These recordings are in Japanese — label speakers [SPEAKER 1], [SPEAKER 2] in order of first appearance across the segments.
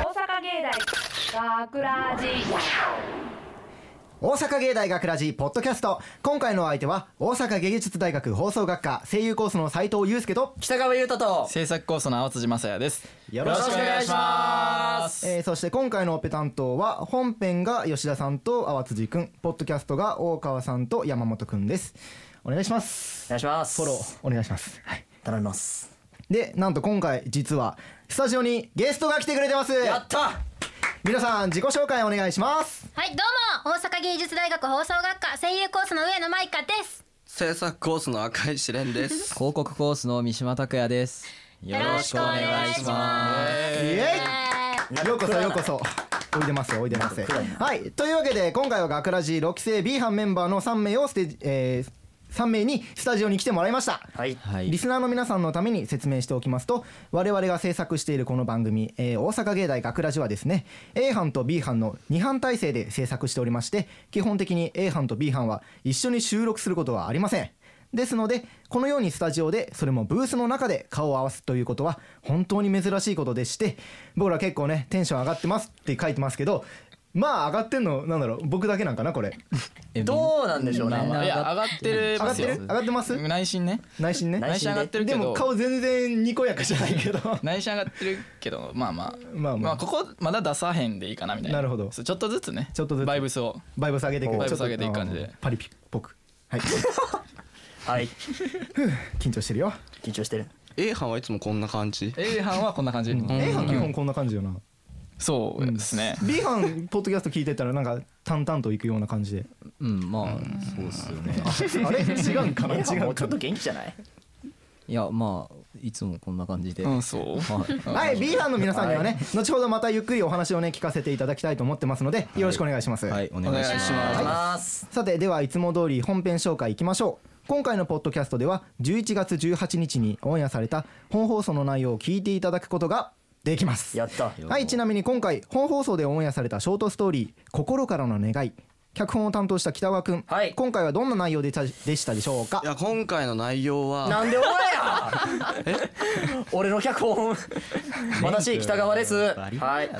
[SPEAKER 1] 大学ラジ
[SPEAKER 2] 大阪芸大学ラジポッドキャスト今回のお相手は大阪芸術大学放送学科声優コースの斉藤祐介と
[SPEAKER 3] 北川優太と
[SPEAKER 4] 制作コースの青辻雅也です。。
[SPEAKER 2] よ
[SPEAKER 3] ろしくお願いします
[SPEAKER 2] えーそして今回のオペ担当は本編が吉田さんと淡辻くんポッドキャストが大川さんと山本くんですお願いします
[SPEAKER 3] お願いします
[SPEAKER 2] フォローお願いします、はい、
[SPEAKER 3] 頼みます
[SPEAKER 2] でなんと今回実はスタジオにゲストが来てくれてます
[SPEAKER 3] やった
[SPEAKER 2] 皆さん自己紹介お願いします
[SPEAKER 5] はい、どうも大阪芸術大学放送学科声優コースの上野舞香です。
[SPEAKER 6] 制作コースの赤い試練です。
[SPEAKER 4] 広告コースの三島拓也です。よ。
[SPEAKER 5] ろしくお願いします
[SPEAKER 2] イエイ
[SPEAKER 3] なんか
[SPEAKER 2] ようこ
[SPEAKER 3] 暗
[SPEAKER 2] そ
[SPEAKER 3] いな
[SPEAKER 2] ようこそおいでますよおいでますはいというわけで今回は学ラジ6期生 B 班メンバーの3名をステージ、え3名にスタジオに来てもらいました
[SPEAKER 3] はい
[SPEAKER 4] はい
[SPEAKER 2] リ。スナーの皆さんのために説明しておきますと我々が制作しているこの番組、えー大阪芸大学ラジはですね A 班と B 班の2班体制で制作しておりまして基本的に A 班と B 班は一緒に収録することはありませんですのでこのようにスタジオでそれもブースの中で顔を合わすということは本当に珍しいことでして僕ら結構ねテンション上がってますって書いてますけどまあ上がってんのなんだろう僕だけなんかなこれ
[SPEAKER 4] え
[SPEAKER 3] どうなんでしょう
[SPEAKER 4] みん
[SPEAKER 3] ね
[SPEAKER 4] な上がって
[SPEAKER 2] 上が
[SPEAKER 4] ま
[SPEAKER 2] っ
[SPEAKER 4] す
[SPEAKER 2] て
[SPEAKER 4] よ
[SPEAKER 2] る上がってます
[SPEAKER 4] 内心ね。
[SPEAKER 2] 内心ね
[SPEAKER 4] 内心上がってるけ
[SPEAKER 2] で
[SPEAKER 4] ど。
[SPEAKER 2] も顔全然にこやかじゃないけど
[SPEAKER 4] 内心上がってるけど、まあまあ。
[SPEAKER 2] まあまあ
[SPEAKER 4] まあここまだ出さへんでいいかなみたいな。
[SPEAKER 2] なるほど
[SPEAKER 4] そうちょっとずつね。
[SPEAKER 2] ちょっとずつ
[SPEAKER 4] バイブスを。
[SPEAKER 2] バイブス上げていく
[SPEAKER 4] バイブス上げていく感じで
[SPEAKER 2] ちょっとパリピっぽく はい
[SPEAKER 3] はい
[SPEAKER 2] 緊張してるよ
[SPEAKER 3] 緊張 してる
[SPEAKER 6] A 班はいつもこんな感じ。
[SPEAKER 4] A 班はこんな感じ。うん
[SPEAKER 2] A 班基本こんな感じよな
[SPEAKER 4] そうですね。
[SPEAKER 2] B 班ポッドキャスト聞いてたらなんか淡々といくような感じで
[SPEAKER 7] うんまあそうっすよね
[SPEAKER 2] あれ違うんかな違
[SPEAKER 3] A も
[SPEAKER 2] う
[SPEAKER 3] うちょ
[SPEAKER 2] か
[SPEAKER 3] っと元気じゃない
[SPEAKER 7] いやまあいつもこんな感じで、
[SPEAKER 4] うん、そう。
[SPEAKER 2] な はい、B 班の皆さんにはね、後ほどまたゆっくりお話をね聞かせていただきたいと思ってますのでよろしくお願いします、
[SPEAKER 7] はいお願いします
[SPEAKER 3] お願いします
[SPEAKER 2] さてではいつも通り本編紹介いきましょう今回のポッドキャストでは11月18日にオンエアされた本放送の内容を聞いていただくことができます
[SPEAKER 3] やった
[SPEAKER 2] はいちなみに今回本放送でオンエアされたショートストーリー「心からの願い」脚本を担当した北川君、
[SPEAKER 3] はい
[SPEAKER 2] 今回はどんな内容でたでしたでしょうか
[SPEAKER 6] いや今回の内容は
[SPEAKER 3] なんで俺や 俺の脚本私北川ですはい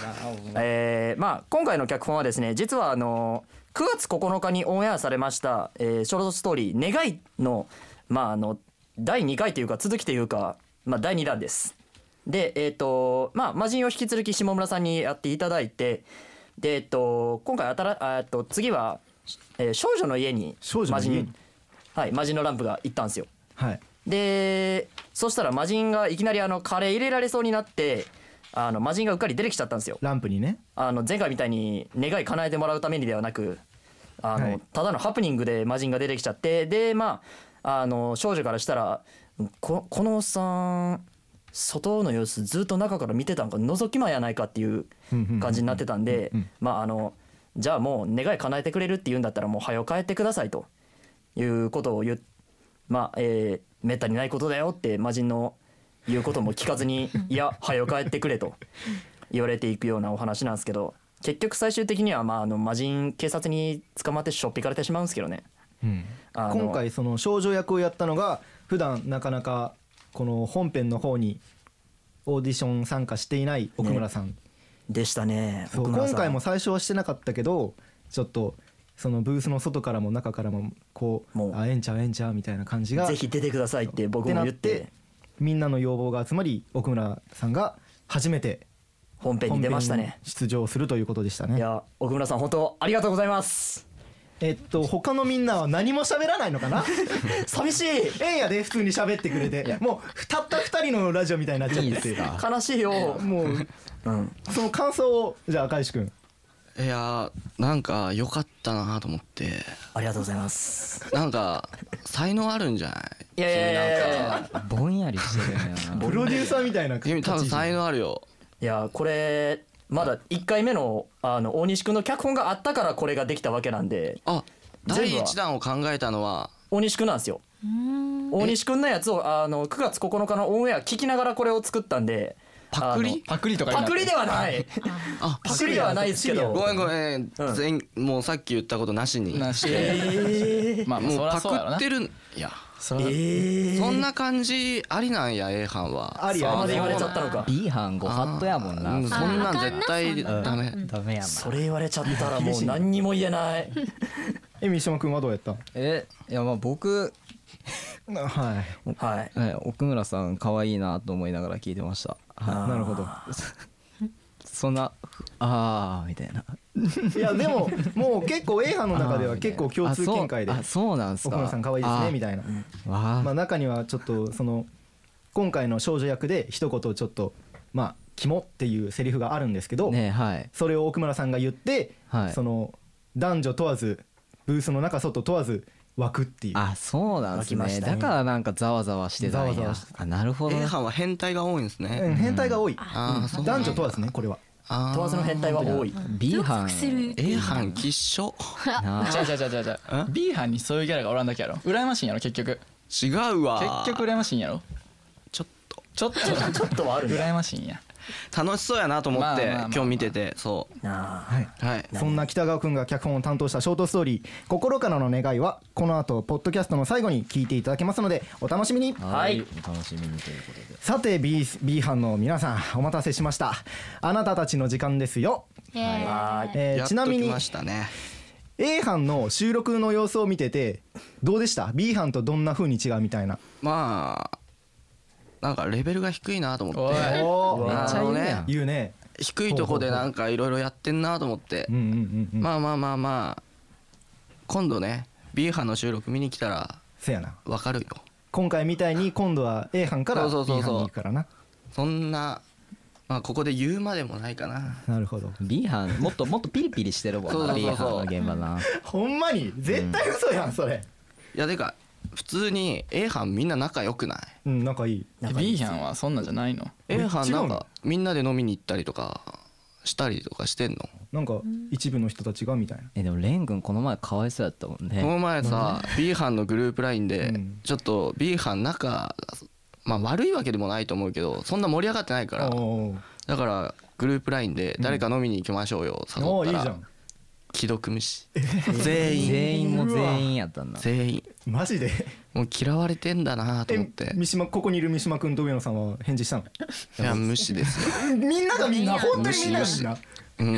[SPEAKER 3] えーまあ今回の脚本はですね実はあの9月9日にオンエアされました、えーショートストーリー「願いの」まああの第2回というか続きというか、まあ、第2弾ですでえっ、とまあ魔人を引き続き下村さんにやっていただいてでえっ、と今回あたらあえっと次は、えー少女の家に
[SPEAKER 2] 少女の家に
[SPEAKER 3] 魔人はい魔人のランプが行ったんですよ
[SPEAKER 2] はい
[SPEAKER 3] でそしたら魔人がいきなりあのカレー入れられそうになってあの魔人がうっかり出てきちゃったんですよ
[SPEAKER 2] ランプにね
[SPEAKER 3] あの前回みたいに願い叶えてもらうためにではなくあの、
[SPEAKER 2] はい
[SPEAKER 3] ただのハプニングで魔人が出てきちゃってでまああの少女からしたらここのおっさん外の様子ずっと中から見てたんか覗き魔やないかっていう感じになってたんでまああのじゃあもう願い叶えてくれるって言うんだったらもう早く帰ってくださいということを言っまあえー、めったにないことだよって魔人の言うことも聞かずに「いや早く帰ってくれ」と言われていくようなお話なんですけど結局最終的には、まあ、あの魔人警察に捕まってしょっぴかれてしまうんですけどね。あの
[SPEAKER 2] 今回その少女役をやったのが普段なかなかこの本編の方にオーディション参加していない奥村さん、
[SPEAKER 3] でしたね
[SPEAKER 2] そう
[SPEAKER 3] 奥村
[SPEAKER 2] 今
[SPEAKER 3] さん
[SPEAKER 2] 回も最初はしてなかったけどちょっとそのブースの外からも中からもこう
[SPEAKER 3] もう
[SPEAKER 2] あえんちゃうええんちゃうみたいな感じが
[SPEAKER 3] ぜひ出てくださいって僕も言って
[SPEAKER 2] なみんなの要望が集まり奥村さんが初めて
[SPEAKER 3] 本編に出ました
[SPEAKER 2] 本編
[SPEAKER 3] ね
[SPEAKER 2] に。出場するということでした
[SPEAKER 3] い
[SPEAKER 2] ね
[SPEAKER 3] や奥村さん本当ありがとうございます。
[SPEAKER 2] えっと他のみんなは何も喋らないのかな
[SPEAKER 3] 寂しい
[SPEAKER 2] ええやで普通に喋ってくれてもうたった2人のラジオみたいになっちゃってて
[SPEAKER 3] 悲しいよ。
[SPEAKER 2] もう
[SPEAKER 3] うん、
[SPEAKER 2] その感想をじゃあ赤石君
[SPEAKER 6] いやなんか良かったなと思って。
[SPEAKER 3] ありがとうございます。
[SPEAKER 6] なんか才能あるんじゃない？
[SPEAKER 3] いやいやいやいやいや。
[SPEAKER 7] ぼんやりしてるよね
[SPEAKER 2] プロデューサーみたいな
[SPEAKER 6] 君多分才能あるよ。
[SPEAKER 3] いやーこれまだ1回目のあの大西君の脚本があったからこれができたわけなんで
[SPEAKER 6] あ
[SPEAKER 3] 全部
[SPEAKER 6] 第
[SPEAKER 3] は
[SPEAKER 6] 一弾を考えたのは
[SPEAKER 3] 大西君なんですよ大西君のやつをあの9月9日のオンエア聞きながらこれを作ったんで
[SPEAKER 6] パクリ？
[SPEAKER 4] パクリと
[SPEAKER 3] あ
[SPEAKER 4] か
[SPEAKER 3] の
[SPEAKER 4] になっ
[SPEAKER 3] パ
[SPEAKER 4] て
[SPEAKER 3] クリではない
[SPEAKER 6] あ
[SPEAKER 3] パクリではないですけ
[SPEAKER 6] ご
[SPEAKER 3] ど
[SPEAKER 6] めんごめん。全もうさっき言ったことなしに。
[SPEAKER 4] なして。
[SPEAKER 3] え
[SPEAKER 4] まあ
[SPEAKER 6] も
[SPEAKER 4] そうら
[SPEAKER 6] パ
[SPEAKER 4] そうやろ
[SPEAKER 6] ク
[SPEAKER 4] な
[SPEAKER 6] ってるいや
[SPEAKER 3] えー
[SPEAKER 6] そんな感じありなんや A 班は
[SPEAKER 2] あり
[SPEAKER 3] そこ
[SPEAKER 2] や
[SPEAKER 3] まで言われちゃ
[SPEAKER 2] ね
[SPEAKER 3] ったのか
[SPEAKER 7] B 班ご法度やもん
[SPEAKER 6] う
[SPEAKER 7] な。
[SPEAKER 6] そんなん絶対
[SPEAKER 7] うん
[SPEAKER 6] ダメ
[SPEAKER 7] ダメやもん。
[SPEAKER 3] それ言われちゃったらもう何にも言えない
[SPEAKER 2] え三島君はどうやった
[SPEAKER 7] え、いやまあ僕
[SPEAKER 2] はい
[SPEAKER 3] はい
[SPEAKER 7] え奥村さん可愛いなと思いながら聞いてました。はい
[SPEAKER 2] なるほど
[SPEAKER 7] そんなああみたいな。
[SPEAKER 2] いやでももう結構 A 班の中では結構共通見解で
[SPEAKER 7] あそうあそうなんですか。
[SPEAKER 2] 奥村さん可愛いですねみ
[SPEAKER 7] たい
[SPEAKER 2] たいな
[SPEAKER 7] な。わあ
[SPEAKER 2] まあ中にはちょっとその今回の少女役で一言ちょっとまあ「キモ」っていうセリフがあるんですけど
[SPEAKER 7] ねはい
[SPEAKER 2] それを奥村さんが言って
[SPEAKER 7] はい
[SPEAKER 2] その男女問わずブースの中外問わず湧くっていう
[SPEAKER 7] あそうなんです
[SPEAKER 3] 湧きまし
[SPEAKER 7] ね
[SPEAKER 3] たね
[SPEAKER 7] だからなんかざわざわしてたんや
[SPEAKER 2] ざわざわして
[SPEAKER 7] あなるほど
[SPEAKER 6] A
[SPEAKER 7] ね
[SPEAKER 6] 班は変態が多いんです
[SPEAKER 2] う
[SPEAKER 6] ね
[SPEAKER 2] ん変態が多い
[SPEAKER 6] ああそう
[SPEAKER 2] 男女問わずねこれは
[SPEAKER 6] あ
[SPEAKER 3] 問わずの変態は多い
[SPEAKER 7] B 班
[SPEAKER 6] A 班きっしょ
[SPEAKER 7] な
[SPEAKER 4] じゃじゃじゃじゃじゃ B 班にそういうキャラがおらんだけやろ羨ましいんやろ結局
[SPEAKER 6] 違うわ
[SPEAKER 4] 結局羨ましいんやろ
[SPEAKER 6] ちょっと
[SPEAKER 4] ちょっと
[SPEAKER 3] ちょっとはあるんだ
[SPEAKER 4] 羨ましいんや
[SPEAKER 6] 楽しそうやなと思
[SPEAKER 4] まあ
[SPEAKER 6] っ
[SPEAKER 4] ま
[SPEAKER 6] て
[SPEAKER 4] あまあまあ
[SPEAKER 6] 今日見ててそ
[SPEAKER 3] なあ
[SPEAKER 6] うはい
[SPEAKER 2] そんな北川くんが脚本を担当したショートストーリー「心からの願いは」この後ポッドキャストの最後に聞いていただけますのでお楽しみに
[SPEAKER 3] はい
[SPEAKER 7] お楽しみにということで
[SPEAKER 2] さて B, B 班の皆さんお待たせしましたあなたたちの時間ですよ、
[SPEAKER 5] イエーイ
[SPEAKER 3] はーい
[SPEAKER 2] えー
[SPEAKER 6] やっ
[SPEAKER 2] ち
[SPEAKER 6] と
[SPEAKER 2] なみ
[SPEAKER 6] き
[SPEAKER 2] に
[SPEAKER 6] ましたね
[SPEAKER 2] A 班の収録の様子を見ててどうでした B 班とどんな風に違うみたいな
[SPEAKER 6] まあなんかレベルが低いなと思
[SPEAKER 4] お
[SPEAKER 6] っ
[SPEAKER 4] い
[SPEAKER 6] て
[SPEAKER 2] お
[SPEAKER 7] めっちゃ言う
[SPEAKER 6] あの
[SPEAKER 7] や
[SPEAKER 6] ね
[SPEAKER 7] ん
[SPEAKER 2] 言うね
[SPEAKER 6] 低いとこでなんかいろいろやってんなと思って
[SPEAKER 2] うんうんうんうん、
[SPEAKER 6] まあまあまあまあ今度ね B 班の収録見に来たら
[SPEAKER 2] せやな
[SPEAKER 6] わかるよ
[SPEAKER 2] 今回みたいに今度は A 班から B
[SPEAKER 6] そう
[SPEAKER 2] 班
[SPEAKER 6] そう
[SPEAKER 2] に
[SPEAKER 6] そうそう
[SPEAKER 2] 行くからな
[SPEAKER 6] そんなまあここで言うまでもないかな
[SPEAKER 2] なるほど
[SPEAKER 7] B 班もっともっとピリピリしてるも
[SPEAKER 6] そ
[SPEAKER 7] ん
[SPEAKER 6] う
[SPEAKER 7] な
[SPEAKER 6] そう
[SPEAKER 7] B
[SPEAKER 6] そう
[SPEAKER 7] 班
[SPEAKER 6] そ
[SPEAKER 7] の
[SPEAKER 6] う
[SPEAKER 7] 現場な
[SPEAKER 2] ほんまに絶対嘘やんそれ
[SPEAKER 6] いやてか普通に A 班みんな仲良くない
[SPEAKER 2] うん仲いい
[SPEAKER 4] B 班はそんなんじゃないの
[SPEAKER 6] A 班なん
[SPEAKER 2] 違うの
[SPEAKER 6] かみんなで飲みに行ったりとかしたりとかしてんの
[SPEAKER 2] なんか一部の人たちがみたいな
[SPEAKER 7] えでもレン君この前かわいそうやったもん
[SPEAKER 6] この
[SPEAKER 7] ね
[SPEAKER 6] 前さ B 班のグループ LINE で
[SPEAKER 2] うん
[SPEAKER 6] ちょっと B 班仲がまあ悪いわけでもないと思うけどそんな盛り上がってないから
[SPEAKER 2] おー
[SPEAKER 6] だからグループ LINE で誰か飲みに行きましょうよ
[SPEAKER 2] お
[SPEAKER 6] 誘っ
[SPEAKER 2] ーいい
[SPEAKER 6] た
[SPEAKER 2] じゃ
[SPEAKER 6] ら
[SPEAKER 2] ん
[SPEAKER 6] 既読無視全員
[SPEAKER 7] 全員も全員やったんだ
[SPEAKER 6] 全員
[SPEAKER 2] マジで
[SPEAKER 6] もう嫌われてんだなと思っ
[SPEAKER 2] え
[SPEAKER 6] て
[SPEAKER 2] 三島ここにいる三島君と上野さんは返事したの
[SPEAKER 6] いや無視ですよ
[SPEAKER 2] みんながみんな本当にみんながみんな
[SPEAKER 6] うん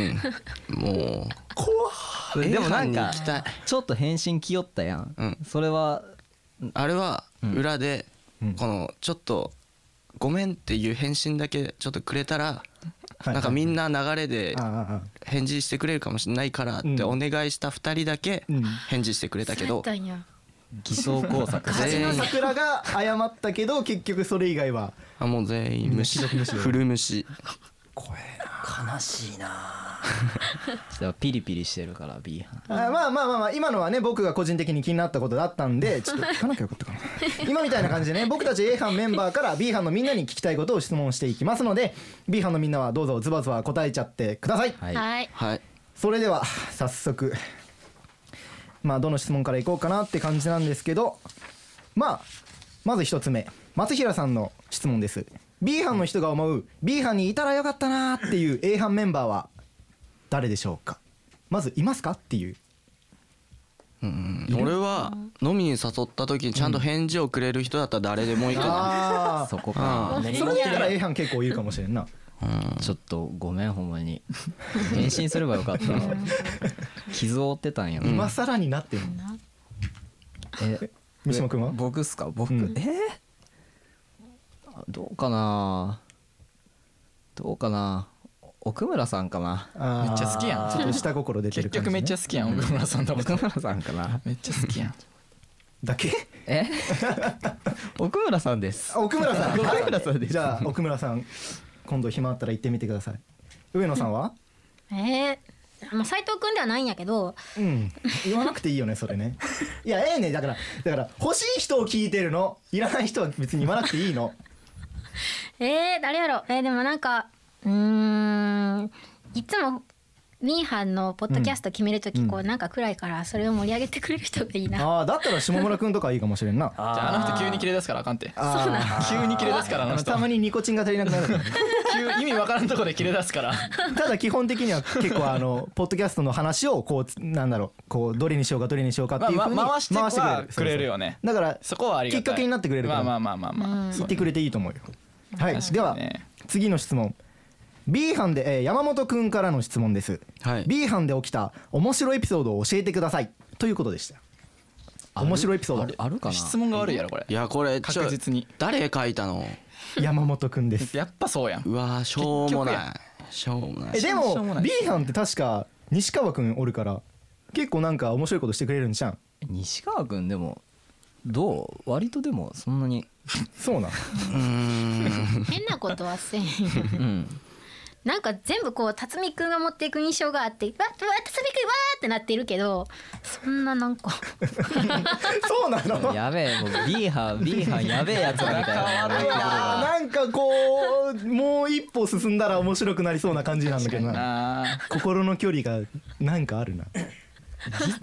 [SPEAKER 6] もう
[SPEAKER 7] でもなん
[SPEAKER 6] に
[SPEAKER 7] か
[SPEAKER 6] 行きたい
[SPEAKER 7] ちょっと返信来よったやん、
[SPEAKER 6] うん
[SPEAKER 7] それは
[SPEAKER 6] あれは裏で
[SPEAKER 2] うん
[SPEAKER 6] このちょっとごめんっていう返信だけちょっとくれたら
[SPEAKER 2] はい
[SPEAKER 6] なんかみんな流れで
[SPEAKER 2] ああああ
[SPEAKER 6] 返事してくれるかもしれないからってお願いした2人だけ
[SPEAKER 2] うん
[SPEAKER 6] 返事してくれたけど
[SPEAKER 5] そうやったんや
[SPEAKER 7] 偽装工作
[SPEAKER 6] 全員
[SPEAKER 2] 桜が謝ったけど結局それ以外は
[SPEAKER 6] あもう全員無視古虫
[SPEAKER 3] 悲しい な
[SPEAKER 7] でもピリピリしてるから B 班
[SPEAKER 2] あまあまあまあまあ今のはね僕が個人的に気になったことだった んでちょっと聞かなきゃよかったかな今みたいな感じでね僕たち A 班メンバーから B 班のみんなに聞きたいことを質問していきますので B 班のみんなはどうぞズバズバ答えちゃってください
[SPEAKER 7] はい
[SPEAKER 5] はい
[SPEAKER 6] はい
[SPEAKER 2] それでは早速まあどの質問からいこうかなって感じなんですけどまあまず一つ目松平さんの質問です B 班の人が思う B 班にいたらよかったなーっていう A 班メンバーは誰でしょうかまずいますかっていう
[SPEAKER 6] うん俺は飲みに誘った時にちゃんと返事をくれる人だったら誰でもいいか
[SPEAKER 2] あ
[SPEAKER 7] そこ
[SPEAKER 6] な
[SPEAKER 7] か
[SPEAKER 6] うん
[SPEAKER 2] それだったら A 班結構いるかもしれんな
[SPEAKER 7] ちょっとごめんほんまに返信すればよかったな傷を負ってたんやな、
[SPEAKER 2] 今更になってる
[SPEAKER 7] え
[SPEAKER 2] 三島君は
[SPEAKER 7] 僕っすか僕、
[SPEAKER 2] うん
[SPEAKER 7] えーあどうかなどうかな奥村さんかな
[SPEAKER 2] あー
[SPEAKER 4] めっちゃ好きやん
[SPEAKER 2] ちょっと下心出
[SPEAKER 4] 結
[SPEAKER 2] てる感じ
[SPEAKER 4] 局
[SPEAKER 2] ね
[SPEAKER 4] めっちゃ好きやん奥村さんだもん
[SPEAKER 7] 奥村さんかな
[SPEAKER 4] めっちゃ好きやん
[SPEAKER 2] だけ
[SPEAKER 7] え奥村さんです
[SPEAKER 2] あ奥村さん
[SPEAKER 7] 奥村さんです
[SPEAKER 2] じゃあ奥村さん今度暇あったら行ってみてください上野さんは
[SPEAKER 5] えーまあ斉藤君ではないんやけど
[SPEAKER 2] うん言わなくていいよねそれねいやええねだからだから欲しい人を聞いてるのいらない人は別に言わなくてい いの
[SPEAKER 5] えー、誰やろえー、でもなんかうーんいつもミーハンのポッドキャスト決めるとき、こうなんか暗いからそれを盛り上げてくれる人がいいな。
[SPEAKER 2] ああだったら下村君とかいいかもしれんな
[SPEAKER 3] あ
[SPEAKER 4] じゃああの人急に切れ出すからあかんって
[SPEAKER 5] そうなんだ。
[SPEAKER 4] 急に切れ出すからあの人
[SPEAKER 2] たまにニコチンが足りなくな るからね
[SPEAKER 4] 急意味わからんとこで切れ出すから
[SPEAKER 2] ただ基本的には結構あのポッドキャストの話をこうつなんだろうこうどれにしようかどれにしようかっていうふうに
[SPEAKER 4] まあまあ回しては
[SPEAKER 2] そうそう
[SPEAKER 4] くれるよね
[SPEAKER 2] だから
[SPEAKER 4] そこはありがたい
[SPEAKER 2] きっかけになってくれるか
[SPEAKER 4] ま
[SPEAKER 2] ら
[SPEAKER 4] あまあまあまあまあ
[SPEAKER 2] 言ってくれていいと思うよはいでは
[SPEAKER 4] ね
[SPEAKER 2] 次の質問 B 班で、えー山本くんからの質問です、
[SPEAKER 6] はい
[SPEAKER 2] B 班で起きた面白いエピソードを教えてくださいということでした面白いエピソ
[SPEAKER 7] あ
[SPEAKER 2] ー
[SPEAKER 7] る
[SPEAKER 2] ド
[SPEAKER 7] あるかな
[SPEAKER 4] 質問が悪いやろこれ
[SPEAKER 6] いやこれちょ
[SPEAKER 4] 確実に
[SPEAKER 6] 誰書いたの
[SPEAKER 2] 山本くんです
[SPEAKER 4] やっぱそうやん
[SPEAKER 6] うわーしょうも
[SPEAKER 4] 結局や
[SPEAKER 6] ないしょうもな
[SPEAKER 2] え
[SPEAKER 6] い
[SPEAKER 2] で
[SPEAKER 4] しょうもな
[SPEAKER 2] も
[SPEAKER 4] い
[SPEAKER 2] B 班って確か西川くんおるから結構なんか面白いことしてくれるんじゃん
[SPEAKER 7] 西川君でもどう割とでもそんなに
[SPEAKER 2] そうなん
[SPEAKER 5] 変なことはせんよ。
[SPEAKER 7] うん
[SPEAKER 5] なんか全部こう辰巳くんが持っていく印象があって、わ、わ、辰巳くんわーってなってるけど、そんななんか
[SPEAKER 2] そうなの
[SPEAKER 7] やべえもう B 班 B 班やべえやつだみたいな
[SPEAKER 2] なんかこうもう一歩進んだら面白くなりそうな感じなんだけどな
[SPEAKER 4] あ
[SPEAKER 2] 心の距離がなんかあるない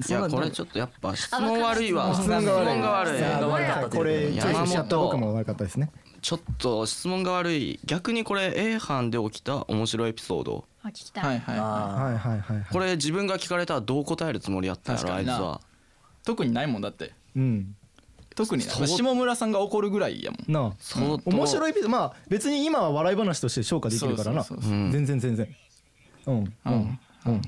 [SPEAKER 6] やこれちょっとやっぱ質問悪いわ
[SPEAKER 2] 質問が悪い
[SPEAKER 6] 質問が悪い
[SPEAKER 2] さあ
[SPEAKER 3] が悪かったという
[SPEAKER 2] これチョイスしちゃった
[SPEAKER 6] 山本
[SPEAKER 2] 僕も悪かったですね
[SPEAKER 6] ちょっと質問が悪い逆にこれ A 班で起きた面白いエピソード
[SPEAKER 5] あ聞き
[SPEAKER 4] ー
[SPEAKER 5] たい。
[SPEAKER 4] はいは
[SPEAKER 3] あ
[SPEAKER 2] はいはいはいはい
[SPEAKER 6] これ自分が聞かれたらどう答えるつもりやったんやろあ
[SPEAKER 4] 確か
[SPEAKER 6] い
[SPEAKER 4] に
[SPEAKER 6] つ
[SPEAKER 4] な
[SPEAKER 6] はい
[SPEAKER 4] 特にないもんだって
[SPEAKER 2] うん
[SPEAKER 4] 特にな
[SPEAKER 6] そう
[SPEAKER 4] 下村さんが怒るぐらいやもん
[SPEAKER 2] なあ
[SPEAKER 6] 相当
[SPEAKER 2] 面白いけどまあ別に今は笑い話として消化できるからな
[SPEAKER 4] そうそう
[SPEAKER 6] う
[SPEAKER 4] そ
[SPEAKER 6] ん
[SPEAKER 2] 全然全然うんう
[SPEAKER 4] うん
[SPEAKER 2] んうん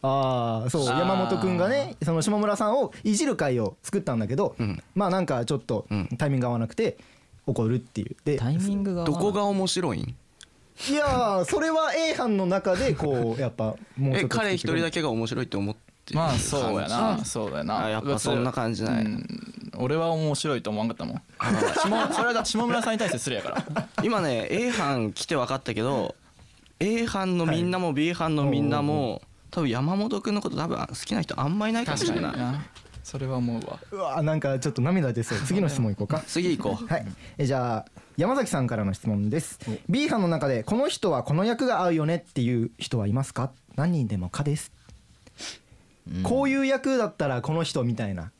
[SPEAKER 2] ああそう
[SPEAKER 4] あー
[SPEAKER 2] 山本君がねその下村さんをいじる会を作ったんだけど
[SPEAKER 6] うん
[SPEAKER 2] まあなんかちょっと
[SPEAKER 6] うん
[SPEAKER 2] タイミング合わなくて怒るっていうで
[SPEAKER 7] タイミングが
[SPEAKER 6] どこが面白いん
[SPEAKER 2] いやーそれは A 班の中でこうやっぱもうち
[SPEAKER 6] え
[SPEAKER 2] ょっと
[SPEAKER 6] 彼一人だ
[SPEAKER 2] け
[SPEAKER 6] けが面白いって思って
[SPEAKER 4] まあそうや
[SPEAKER 6] 感
[SPEAKER 4] なそうやな
[SPEAKER 6] あやっぱそんな感じなんや
[SPEAKER 4] うん俺は面白いと思わんかったもん下それはだって下村さんに対して失礼やから
[SPEAKER 6] じ今ね A 班来て分かったけど A 班のみんなも B 班のみんなも多分山本君のこと多分好きな人あんまいないかもしれない
[SPEAKER 4] なそれは思うわ
[SPEAKER 2] うわーなんかちょっと涙出そう次の質問いこうか
[SPEAKER 6] 次行こう
[SPEAKER 2] はい、えじゃあ山崎さんからの質問です。B 班の中でこの人はこの役が合うよねっていう人はいますか？何人でもかです。こういう役だったらこの人みたいな。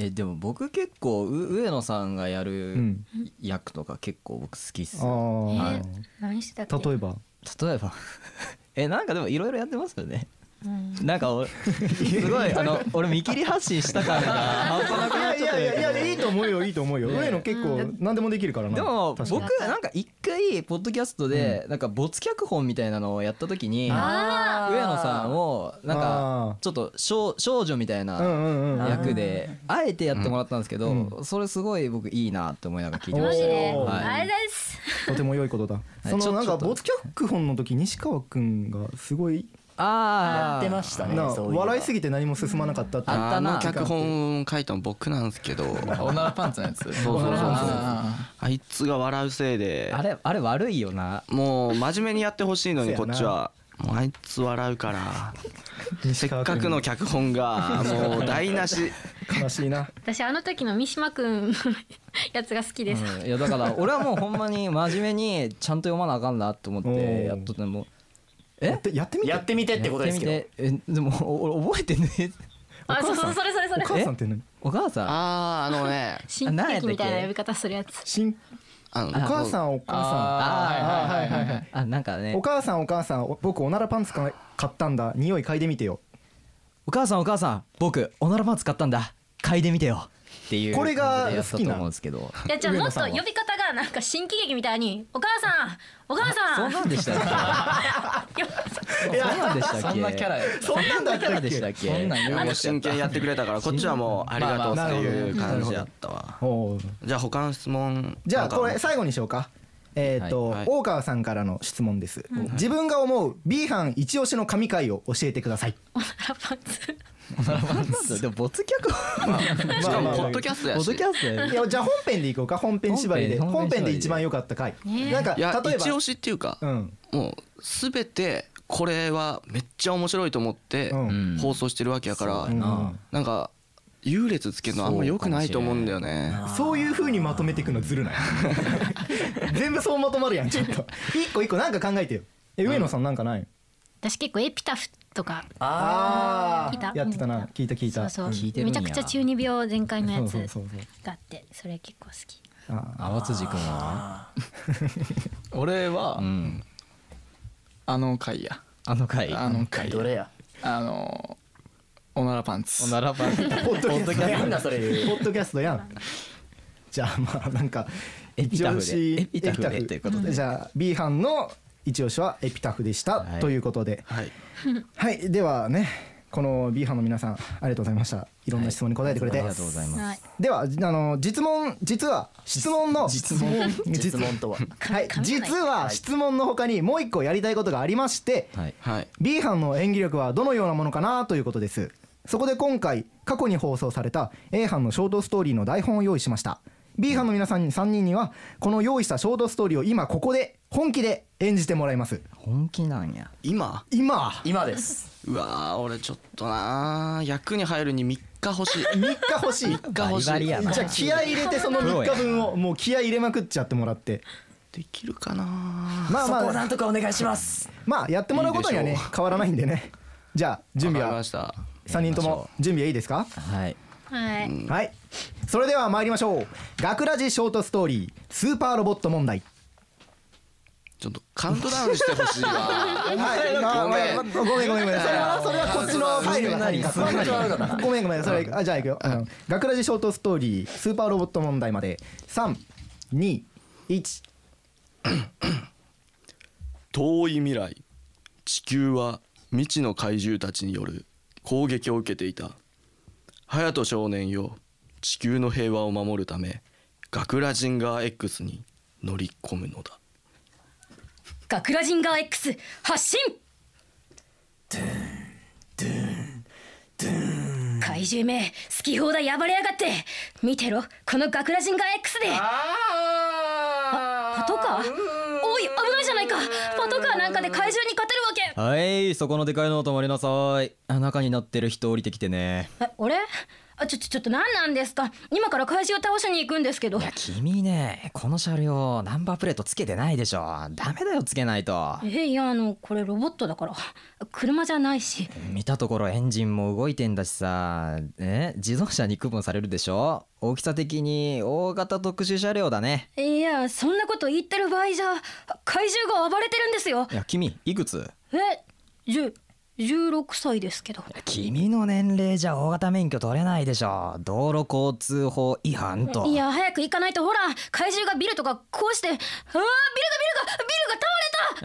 [SPEAKER 7] えでも僕結構う上野さんがや
[SPEAKER 2] う
[SPEAKER 7] る
[SPEAKER 2] ん
[SPEAKER 7] 役とか結構僕好きっす
[SPEAKER 2] あ
[SPEAKER 7] よ
[SPEAKER 5] え
[SPEAKER 2] あ、
[SPEAKER 5] ー、何してたっけ？
[SPEAKER 2] 例えば。
[SPEAKER 7] 例えば えなんかでもいろいろやってますよね
[SPEAKER 5] うん
[SPEAKER 7] なんか俺すごいあの俺見切り発信した感が半端なく
[SPEAKER 2] い
[SPEAKER 7] なっ
[SPEAKER 2] やい
[SPEAKER 7] ちゃった
[SPEAKER 2] やい
[SPEAKER 7] んだけ
[SPEAKER 2] やい
[SPEAKER 7] ど
[SPEAKER 2] やいいと思うよいいと思うよ。上野結構何でもできるからな。
[SPEAKER 7] でも僕
[SPEAKER 2] 確か
[SPEAKER 7] なんか一回ポッドキャストでなんか没脚本みたいなのをやった時に上
[SPEAKER 3] あ
[SPEAKER 7] 野さんをなん
[SPEAKER 2] あ
[SPEAKER 7] か
[SPEAKER 2] ー
[SPEAKER 7] ちょっと少少女みたい
[SPEAKER 2] にうん
[SPEAKER 7] な
[SPEAKER 2] うんうん。
[SPEAKER 7] 役であえてやってもらったんですけど、
[SPEAKER 2] う
[SPEAKER 7] それすごい僕いいなって思いながら聞いて
[SPEAKER 5] マ
[SPEAKER 7] ま
[SPEAKER 5] ジ
[SPEAKER 7] し
[SPEAKER 5] で、
[SPEAKER 2] おー
[SPEAKER 5] あれです。
[SPEAKER 2] とても良いことだ。
[SPEAKER 7] い
[SPEAKER 2] そ
[SPEAKER 7] ち
[SPEAKER 2] の
[SPEAKER 7] ょ
[SPEAKER 2] なん
[SPEAKER 7] ちょ
[SPEAKER 2] か
[SPEAKER 7] っと
[SPEAKER 2] 没脚本の時西川くんがすごい
[SPEAKER 7] たあ
[SPEAKER 3] や
[SPEAKER 7] あ
[SPEAKER 3] ってましたね
[SPEAKER 2] な
[SPEAKER 3] そういえば
[SPEAKER 2] 笑いすぎて何も進まなかったっていう。
[SPEAKER 7] あった
[SPEAKER 6] あ
[SPEAKER 7] な
[SPEAKER 6] の脚本書いたの僕なんですけど
[SPEAKER 4] オナラパンツのやつ
[SPEAKER 6] そうそうそう
[SPEAKER 4] あ
[SPEAKER 6] あいつが笑うせいで
[SPEAKER 7] あれあれ悪いよな
[SPEAKER 6] もう真面目にやってほしいのに
[SPEAKER 2] そ
[SPEAKER 6] こ
[SPEAKER 2] うやな
[SPEAKER 6] っちはもうあいつ笑うからせ
[SPEAKER 2] 西
[SPEAKER 6] っ
[SPEAKER 2] 川く
[SPEAKER 6] か
[SPEAKER 2] ん
[SPEAKER 6] くの脚本がもう台無し
[SPEAKER 2] 悲しいな。
[SPEAKER 5] 私あの時の三島くんのやつが好きです。
[SPEAKER 7] うんいやだから俺はもうほんまに真面目にちゃんと読まなあかんなと思っ
[SPEAKER 2] お
[SPEAKER 7] て
[SPEAKER 2] ー
[SPEAKER 7] やっとっても
[SPEAKER 2] やってやってみて。
[SPEAKER 3] やってみてってことですけど
[SPEAKER 7] やってみてえでも お俺覚えてねえ
[SPEAKER 5] あ、そうそう、それそれそ
[SPEAKER 2] お
[SPEAKER 5] れ。
[SPEAKER 2] 母さんって何？
[SPEAKER 7] お母さん
[SPEAKER 6] あああのね
[SPEAKER 5] 新喜劇みたいな呼び方するやつ。
[SPEAKER 2] 新
[SPEAKER 6] あの
[SPEAKER 2] お母さんお母さ
[SPEAKER 4] あはいはいはいはいはい
[SPEAKER 7] あなんかね
[SPEAKER 2] んお母さんお母さんお僕おならパンツか買ったんだ匂い嗅いでみてよ
[SPEAKER 7] お母さんお母さん僕おならパンツ買ったんだ嗅いでみてよっていう
[SPEAKER 2] これが
[SPEAKER 7] 感じでやった
[SPEAKER 2] 好き
[SPEAKER 7] と
[SPEAKER 2] な
[SPEAKER 7] 思うんですけど
[SPEAKER 5] いや、じゃあ
[SPEAKER 2] 上
[SPEAKER 5] も
[SPEAKER 2] 野
[SPEAKER 5] っと
[SPEAKER 2] さんは
[SPEAKER 5] 呼び方がなんか新喜劇みたいに、お母さん、お母
[SPEAKER 7] そ
[SPEAKER 5] さ
[SPEAKER 7] ん
[SPEAKER 5] ん。
[SPEAKER 7] なんでしたっ
[SPEAKER 5] いや
[SPEAKER 7] けそんなんでしたっけ
[SPEAKER 4] ーそんなキャラや
[SPEAKER 2] そんなんだっ
[SPEAKER 7] キャラでしたっ
[SPEAKER 4] そんなん
[SPEAKER 7] け
[SPEAKER 4] 言う
[SPEAKER 6] も
[SPEAKER 4] や
[SPEAKER 6] う
[SPEAKER 4] つや
[SPEAKER 6] 真
[SPEAKER 4] った
[SPEAKER 6] 剣やってくれたからこっちはもうありがとうっていう感じやったわ
[SPEAKER 2] おう
[SPEAKER 6] じゃあ他の質問
[SPEAKER 2] じゃあこ
[SPEAKER 6] な
[SPEAKER 2] れ
[SPEAKER 6] んか
[SPEAKER 2] 最後にしようかえっと
[SPEAKER 6] はい
[SPEAKER 2] 大川さんからの質問です自分が思う B 班一押しの神回を教えてください
[SPEAKER 5] おならパンツ。
[SPEAKER 7] でも没脚
[SPEAKER 6] しかもポッドキャストや
[SPEAKER 7] ポッド
[SPEAKER 6] し
[SPEAKER 7] キャスト
[SPEAKER 2] いやじゃあ本編でいこうか本編縛りで
[SPEAKER 7] 本編
[SPEAKER 2] 本
[SPEAKER 7] 本編縛りで
[SPEAKER 2] 編で一番良かった回
[SPEAKER 5] ねえ
[SPEAKER 2] なんか
[SPEAKER 6] いや
[SPEAKER 2] 例えば
[SPEAKER 6] 一押しっていうか
[SPEAKER 2] うん
[SPEAKER 6] もう全てこれはめっちゃ面白いと思って
[SPEAKER 2] うん
[SPEAKER 6] 放送してるわけやから
[SPEAKER 2] うん
[SPEAKER 6] なんか優劣つけるのあんま良くないと思うんだよね
[SPEAKER 2] そういう風にまとめていくのずる ない全部そうまとまるやんちょっと一個一個なんか考えてよえ上野さんなんかない
[SPEAKER 5] 私結構エピタフとか
[SPEAKER 3] あ
[SPEAKER 5] 聞いた
[SPEAKER 2] やってた
[SPEAKER 5] うん
[SPEAKER 2] な聞いた聞い
[SPEAKER 5] そ
[SPEAKER 2] た
[SPEAKER 5] うそう
[SPEAKER 7] 聞いてるん
[SPEAKER 5] めち
[SPEAKER 7] や
[SPEAKER 5] ゃくちゃ中二病全開のやつ
[SPEAKER 2] そうそうそう
[SPEAKER 5] があってそれ結構好き
[SPEAKER 2] あ
[SPEAKER 7] 淡辻君は
[SPEAKER 4] 俺は
[SPEAKER 7] うん
[SPEAKER 4] あの回や
[SPEAKER 7] あの回
[SPEAKER 4] あの
[SPEAKER 3] あ
[SPEAKER 4] 回
[SPEAKER 3] どれや
[SPEAKER 4] あのおならパンツ
[SPEAKER 7] おならば
[SPEAKER 2] ポッドキャストや
[SPEAKER 3] みんなそれ言
[SPEAKER 2] ポ
[SPEAKER 3] う
[SPEAKER 2] ッドキャストやんじゃあまあなんか
[SPEAKER 7] エピタフで
[SPEAKER 2] 一押し
[SPEAKER 7] エピタフで
[SPEAKER 2] エピ
[SPEAKER 7] ということで
[SPEAKER 2] じゃあ B 班の一押しはエピタフでした、
[SPEAKER 7] はい
[SPEAKER 2] ということで
[SPEAKER 6] はい
[SPEAKER 2] はいではねこの B 班の皆さんありがとうございましたいろんな質問に答えてくれて、
[SPEAKER 7] ありがとうございます
[SPEAKER 5] はい
[SPEAKER 2] ではじあの実問実は質問の質 問
[SPEAKER 3] 質問とは
[SPEAKER 2] はい
[SPEAKER 5] 噛めない
[SPEAKER 2] 実は質問のほかにもう一個やりたいことがありまして、
[SPEAKER 7] はい
[SPEAKER 6] はい
[SPEAKER 2] B 班の演技力はどのようなものかなということですそこで今回過去に放送された A 班のショートストーリーの台本を用意しました B 班の皆さんに3人にはこの用意したショートストーリーを今ここで本気で演じてもらいます
[SPEAKER 7] 本気なんや
[SPEAKER 6] 今
[SPEAKER 2] 今
[SPEAKER 3] 今です
[SPEAKER 6] うわー俺ちょっとなー役に入るに3日欲 しい
[SPEAKER 2] 3日欲しい
[SPEAKER 7] バリバリやな
[SPEAKER 2] じゃあ気合い入れてその3日分をもう気合い入れまくっちゃってもらって
[SPEAKER 6] できるかな
[SPEAKER 2] まあ
[SPEAKER 3] そこを
[SPEAKER 2] ま
[SPEAKER 3] な
[SPEAKER 2] あ
[SPEAKER 3] んとかお願いします
[SPEAKER 2] まあやってもらうことにはね
[SPEAKER 6] いいでしょ
[SPEAKER 2] 変わらないんでねじゃあ準備
[SPEAKER 6] わかり
[SPEAKER 2] は
[SPEAKER 6] ました
[SPEAKER 2] 3人とも準備はいいですか
[SPEAKER 7] はい
[SPEAKER 5] はい
[SPEAKER 2] はいそれでは参りましょう学ラジショートストーリースーパーロボット問題
[SPEAKER 6] ちょっとカウントダウンしてほしいわ
[SPEAKER 2] はい、あごめんごめんごめんごめんそれはそれはこっちのファイルが何か
[SPEAKER 3] そんなに悪かったな
[SPEAKER 2] ごめんごめんそれあじゃあいくよ、うん、学ラジショートストーリースーパーロボット問題まで三二一
[SPEAKER 6] 遠い未来地球は未知の怪獣たちによる攻撃を受けていた隼人少年よ地球の平和を守るためガクラジンガー X に乗り込むのだ
[SPEAKER 5] ガクラジンガー X 発進怪獣め好き放題暴れやがって見てろこのガクラジンガー X であパトカーおい危ないじゃないかパトカーなんかで怪獣に勝てるわけ
[SPEAKER 7] はいそこのでかいのを止まりなさいあ中になってる人降りてきてね
[SPEAKER 5] え俺あちょちょちょっと何なんですか今から怪獣を倒しに行くんですけど
[SPEAKER 7] いや君ねこの車両ナンバープレートつけてないでしょダメだよつけないと
[SPEAKER 5] えいやあのこれロボットだから車じゃないし
[SPEAKER 7] 見たところエンジンも動いてんだしさえ自動車に区分されるでしょ大きさ的に大型特殊車両だね
[SPEAKER 5] いやそんなこと言ってる場合じゃ怪獣が暴れてるんですよ
[SPEAKER 7] いや君いくつ
[SPEAKER 5] えじゅ16歳ですけど
[SPEAKER 7] 君の年齢じゃ大型免許取れないでしょ道路交通法違反と
[SPEAKER 5] いや早く行かないとほら怪獣がビルとかこうしてあービルがビルがビル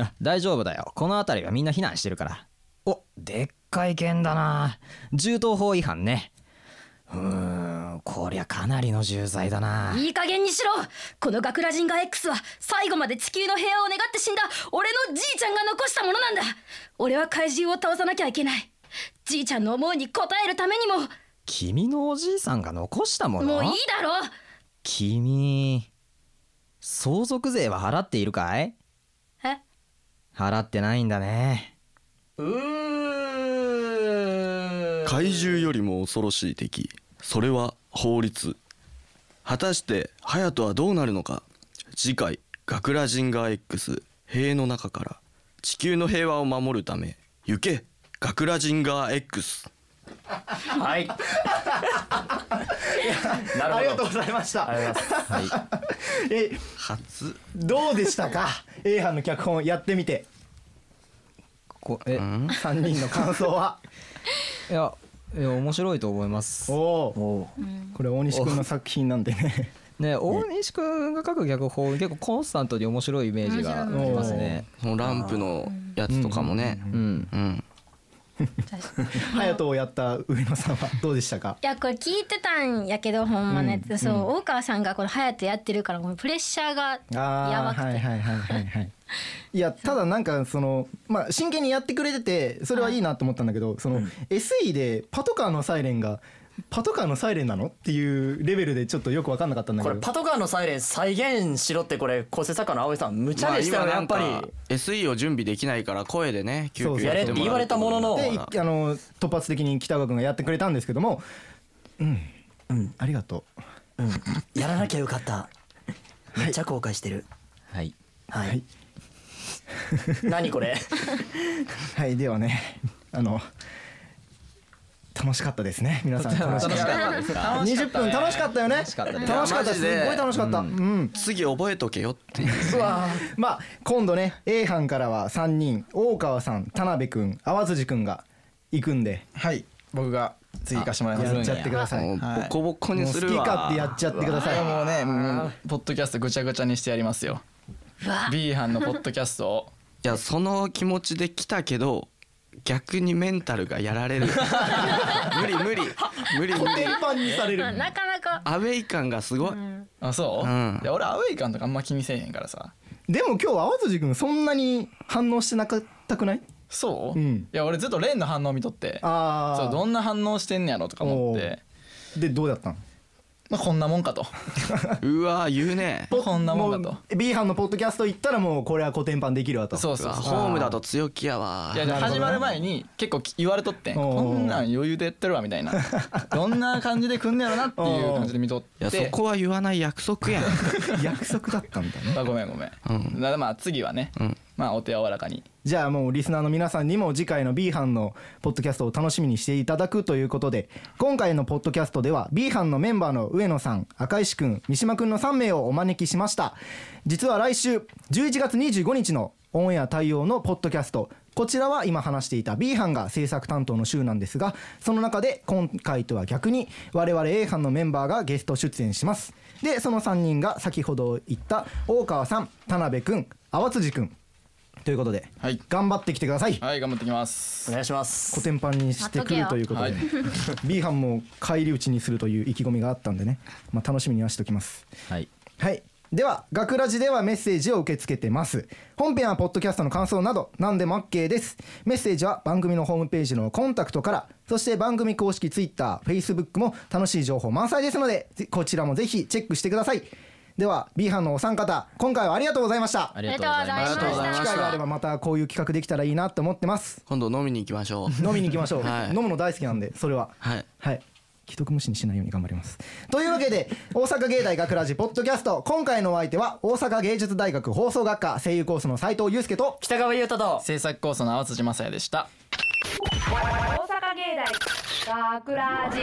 [SPEAKER 5] が倒れた
[SPEAKER 7] あ 大丈夫だよこの辺りはみんな避難してるからおでっかい剣だな銃刀法違反ねうーんこりゃかなりの重罪だない
[SPEAKER 5] い加減にしろこのガクラジンガ X は最後まで地球の平和を願って死んだ俺のじいちゃんが残したものなんだ俺は怪獣を倒さなきゃいけないじいちゃんの思いに応えるためにも
[SPEAKER 7] 君のおじいさんが残したもの
[SPEAKER 5] もういいだろ
[SPEAKER 7] 君相続税は払っているかい
[SPEAKER 5] え
[SPEAKER 7] 払ってないんだね
[SPEAKER 3] うー
[SPEAKER 6] 怪獣よりも恐ろしい敵それは法律果たして隼人はどうなるのか次回「ガクラジンガー X 塀の中から地球の平和を守るため行けガクラジンガー X」
[SPEAKER 3] はいなるほど
[SPEAKER 2] ありがとうございました
[SPEAKER 3] ありがとうございます
[SPEAKER 2] え
[SPEAKER 6] 初
[SPEAKER 2] どうでしたか A 班の脚本やってみて
[SPEAKER 7] こえ
[SPEAKER 2] 三人の感想はい
[SPEAKER 7] やいや面白いと思います
[SPEAKER 2] おお
[SPEAKER 3] おう
[SPEAKER 2] これ大西君の作品なんでね
[SPEAKER 7] ね大西君が書く脚本結構コンスタントに面白いイメージがありますね
[SPEAKER 6] そのランプのやつとかもね
[SPEAKER 7] うん
[SPEAKER 6] うん
[SPEAKER 2] 隼人をやった上野さんはどうでしたか
[SPEAKER 5] いやこれ聞いてたんやけどほんまね、そう、大川さんがこの隼人やってるからもうプレッシャーが
[SPEAKER 2] あー
[SPEAKER 5] やばくて、
[SPEAKER 2] はいはいはいはいはいいやただなんかそのまあ真剣にやってくれててそれはいいなと思ったんだけどその SE でパトカーのサイレンがパトカーのサイレンなのっていうレベルでちょっとよく分かんなかったんだ
[SPEAKER 3] こ
[SPEAKER 2] け
[SPEAKER 3] れ
[SPEAKER 2] ど
[SPEAKER 3] パトカーのサイレン再現しろってこれ構成作家の青井さん無茶
[SPEAKER 6] まあ
[SPEAKER 3] でしたよ
[SPEAKER 6] 今
[SPEAKER 3] ねやっ
[SPEAKER 6] なん
[SPEAKER 3] ぱ
[SPEAKER 6] か
[SPEAKER 3] り
[SPEAKER 6] SE を準備できないから声でね救
[SPEAKER 2] そう
[SPEAKER 6] 急
[SPEAKER 2] そう
[SPEAKER 6] や
[SPEAKER 2] やれって
[SPEAKER 3] 言われたものの
[SPEAKER 2] でいあの突発的に北川君がやってくれたんですけどもうんうんありがと
[SPEAKER 3] やらなきゃよかっためっちゃ後悔してる
[SPEAKER 7] はい
[SPEAKER 3] はい何これ
[SPEAKER 2] はいではねあの楽しかったですね皆さん楽しかった20分楽しかったよね楽しかった楽しかったすっごい楽しかったうん
[SPEAKER 6] 次覚えとけよって
[SPEAKER 2] まあ今度ね A 班からは3人大川さん田辺君淡辻君が行くんで
[SPEAKER 4] はい僕が次行かしてもらいます
[SPEAKER 2] やっちゃってください
[SPEAKER 6] も
[SPEAKER 2] も
[SPEAKER 6] う
[SPEAKER 2] う
[SPEAKER 4] はい
[SPEAKER 6] ボコボコ
[SPEAKER 2] 好
[SPEAKER 6] に
[SPEAKER 2] き
[SPEAKER 6] するわ
[SPEAKER 2] 勝手やっちゃってください
[SPEAKER 4] もうねもうポッドキャストぐちゃぐちゃにしてやりますよ B 班のポッドキャストを
[SPEAKER 6] いやその気持ちで来たけど逆にメンタルがやられ る無理無理無理無理
[SPEAKER 2] 定番にされる
[SPEAKER 5] なかなか
[SPEAKER 6] アウェイ感がすごい、
[SPEAKER 4] あそう、
[SPEAKER 6] うん
[SPEAKER 4] いや俺アウェイ感とかあんま気にせえへんからさ
[SPEAKER 2] でも今日淡辻君そんなに反応してなかったくない
[SPEAKER 4] そう、
[SPEAKER 2] うん
[SPEAKER 4] いや俺ずっとレンの反応見とって
[SPEAKER 2] あ
[SPEAKER 4] そうどんな反応してんねやろとか思っ
[SPEAKER 2] おう
[SPEAKER 4] て、
[SPEAKER 2] でどうだったの
[SPEAKER 4] まあ、こんなもんかと
[SPEAKER 6] うわー言うね
[SPEAKER 4] こんなもん
[SPEAKER 2] も
[SPEAKER 4] か
[SPEAKER 2] う B 班のポッドキャスト行ったらもうこれは古典版できるわと
[SPEAKER 4] とそううそう
[SPEAKER 6] うわ
[SPEAKER 4] そう
[SPEAKER 6] ホームだと強気やわ
[SPEAKER 4] いやでも
[SPEAKER 2] なるほどね
[SPEAKER 4] 始まる前に結構き言われとってん
[SPEAKER 2] おう
[SPEAKER 4] こんなん余裕でやってるわみたいなどんな感じで来んねやろなっていう感じで見とっ
[SPEAKER 6] いやそ
[SPEAKER 4] て
[SPEAKER 6] こは言わない約束 やん
[SPEAKER 2] 約束だったんだね
[SPEAKER 4] まあごめんごめん、
[SPEAKER 6] うん
[SPEAKER 4] だからまあ次はね、
[SPEAKER 6] ん
[SPEAKER 4] まあお手柔らかに
[SPEAKER 2] じゃあもうリスナーの皆さんにも次回の B 班のポッドキャストを楽しみにしていただくということで今回のポッドキャストでは B 班のメンバーの上野さん赤石くん三島くんの3名をお招きしました実は来週11月25日のオンエア対応のポッドキャストこちらは今話していた B 班が制作担当の週なんですがその中で今回とは逆に我々 A 班のメンバーがゲスト出演しますでその3人が先ほど言った大川さん田辺くん淡辻くんということで、
[SPEAKER 4] はい
[SPEAKER 2] 頑張ってきてください、
[SPEAKER 4] はい頑張ってきます
[SPEAKER 3] お願いします
[SPEAKER 2] 古典版にしてくるということで、
[SPEAKER 4] はい
[SPEAKER 2] B 班も返り討ちにするという意気込みがあったんでね、まあ、楽しみにはしておきます
[SPEAKER 7] はい
[SPEAKER 2] はいでは「学ラジ」ではメッセージを受け付けてます本編はポッドキャストの感想など何でも OK ですメッセージは番組のホームページのコンタクトからそして番組公式 TwitterFacebook も楽しい情報満載ですのでぜこちらもぜひチェックしてくださいでは B 班のお三方今回はありがとうございました
[SPEAKER 7] ありがとうございま
[SPEAKER 5] あり
[SPEAKER 7] し
[SPEAKER 5] がとうございま
[SPEAKER 7] た
[SPEAKER 5] し
[SPEAKER 2] 機
[SPEAKER 5] た
[SPEAKER 2] 会があればまたこういう企画できたらいいなと思ってます
[SPEAKER 6] 今度飲みに行きましょ う
[SPEAKER 2] 飲みに行きましょう、
[SPEAKER 6] はい
[SPEAKER 2] 飲むの大好きなんでそれは
[SPEAKER 6] はい
[SPEAKER 2] はい既得無視にしないように頑張りますというわけで大阪芸大学ラジポッドキャスト今回のお相手は大阪芸術大学放送学科声優コースの斉藤祐介と
[SPEAKER 3] 北川優太と
[SPEAKER 4] 制作構想の淡辻雅也でした
[SPEAKER 1] 大阪芸大学ラジ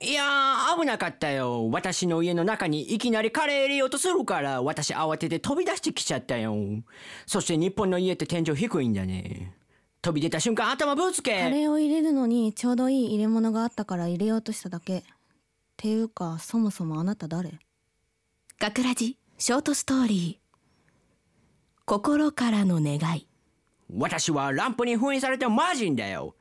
[SPEAKER 8] いやー、危なかったよ。私の家の中にいきなりカレー入れようとするから、私慌てて飛び出してきちゃったよ。そして日本の家って天井低いんだね。飛び出た瞬間頭ぶ
[SPEAKER 9] カ
[SPEAKER 8] つけ。
[SPEAKER 9] レーを入れるのにちょうどいい入れ物があったから入れようとしただけっていうかそもそもあなた誰
[SPEAKER 10] 学ラジショートストーリー心からの願い
[SPEAKER 8] 私はランプに封印されてマジンだよ。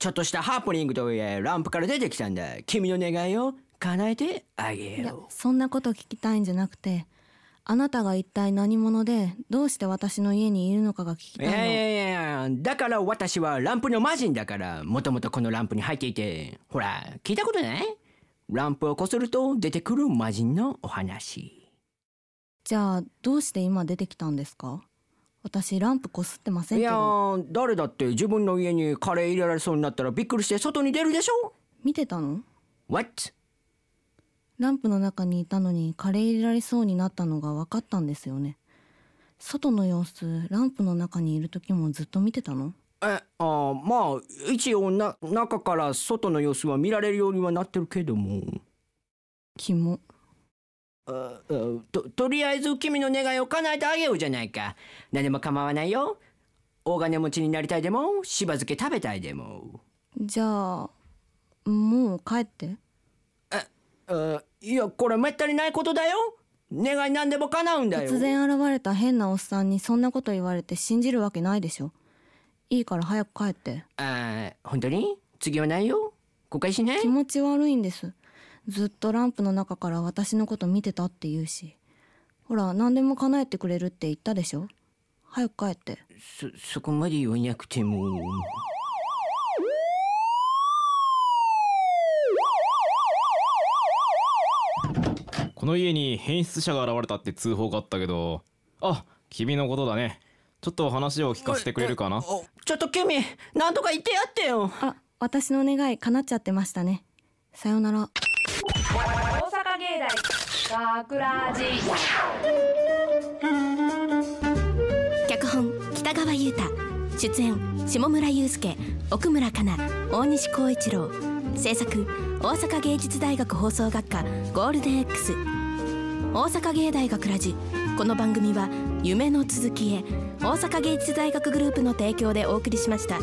[SPEAKER 8] ちょっとしたハプニングとはいえ、ランプから出てきたんだ。君の願いを叶えてあげ
[SPEAKER 9] いや
[SPEAKER 8] よう。
[SPEAKER 9] そんなこと聞きたいんじゃなくてあなたが一体何者でどうして私の家にいるのかが聞き
[SPEAKER 8] い
[SPEAKER 9] たいの
[SPEAKER 8] やいやいやいや、だから私はランプの魔人だから、もともとこのランプに入っていて、ほら、聞いたことないランプをこすると出てくる魔人のお話。
[SPEAKER 9] じゃあどうして今出てきたんですか私ランプこすってません
[SPEAKER 8] い
[SPEAKER 9] け
[SPEAKER 8] や
[SPEAKER 9] ど
[SPEAKER 8] ー、誰だって自分の家にカレー入れられそうになったらびっくりして外に出るでしょ
[SPEAKER 9] 見てたの
[SPEAKER 8] ?What?
[SPEAKER 9] ランプの中にいたのにカレー入れられそうになったのが分かったんですよね外の様子ランプの中にいる時もずっと見てたの
[SPEAKER 8] え、あーまあ、一応な、中から外の様子は見られるようにはなってるけども。
[SPEAKER 9] キモ
[SPEAKER 8] ああととりあえず君の願いを叶えてあげようじゃないか何でも構わないよ大金持ちになりたいでもしば漬け食べたいでも
[SPEAKER 9] じゃあもう帰って
[SPEAKER 8] あいやこれめったにないことだよ願い何でも叶うんだよ
[SPEAKER 9] 突然現れた変なおっさんにそんなこと言われて信じるわけないでしょいいから早く帰って
[SPEAKER 8] あ本当に次はないよ誤解しない
[SPEAKER 9] 気持ち悪いんですずっとランプの中から私のこと見てたって言うしほら何でも叶えてくれるって言ったでしょ早く帰って
[SPEAKER 8] そそこまで言わなくても
[SPEAKER 11] この家に変質者が現れたって通報があったけどあ君のことだねちょっと話を聞かせてくれるかな
[SPEAKER 8] おちょっと君何とか言ってやってよ
[SPEAKER 9] あ私の願い叶っちゃってましたねさよなら
[SPEAKER 1] 大阪芸大学ラジ
[SPEAKER 10] 北川悠太出演下村悠介奥村かな大西光一郎制作大阪芸術大学放送学科ゴールデン X 大阪芸大学ラジこの番組は夢の続きへ大阪芸術大学グループの提供でお送りしました。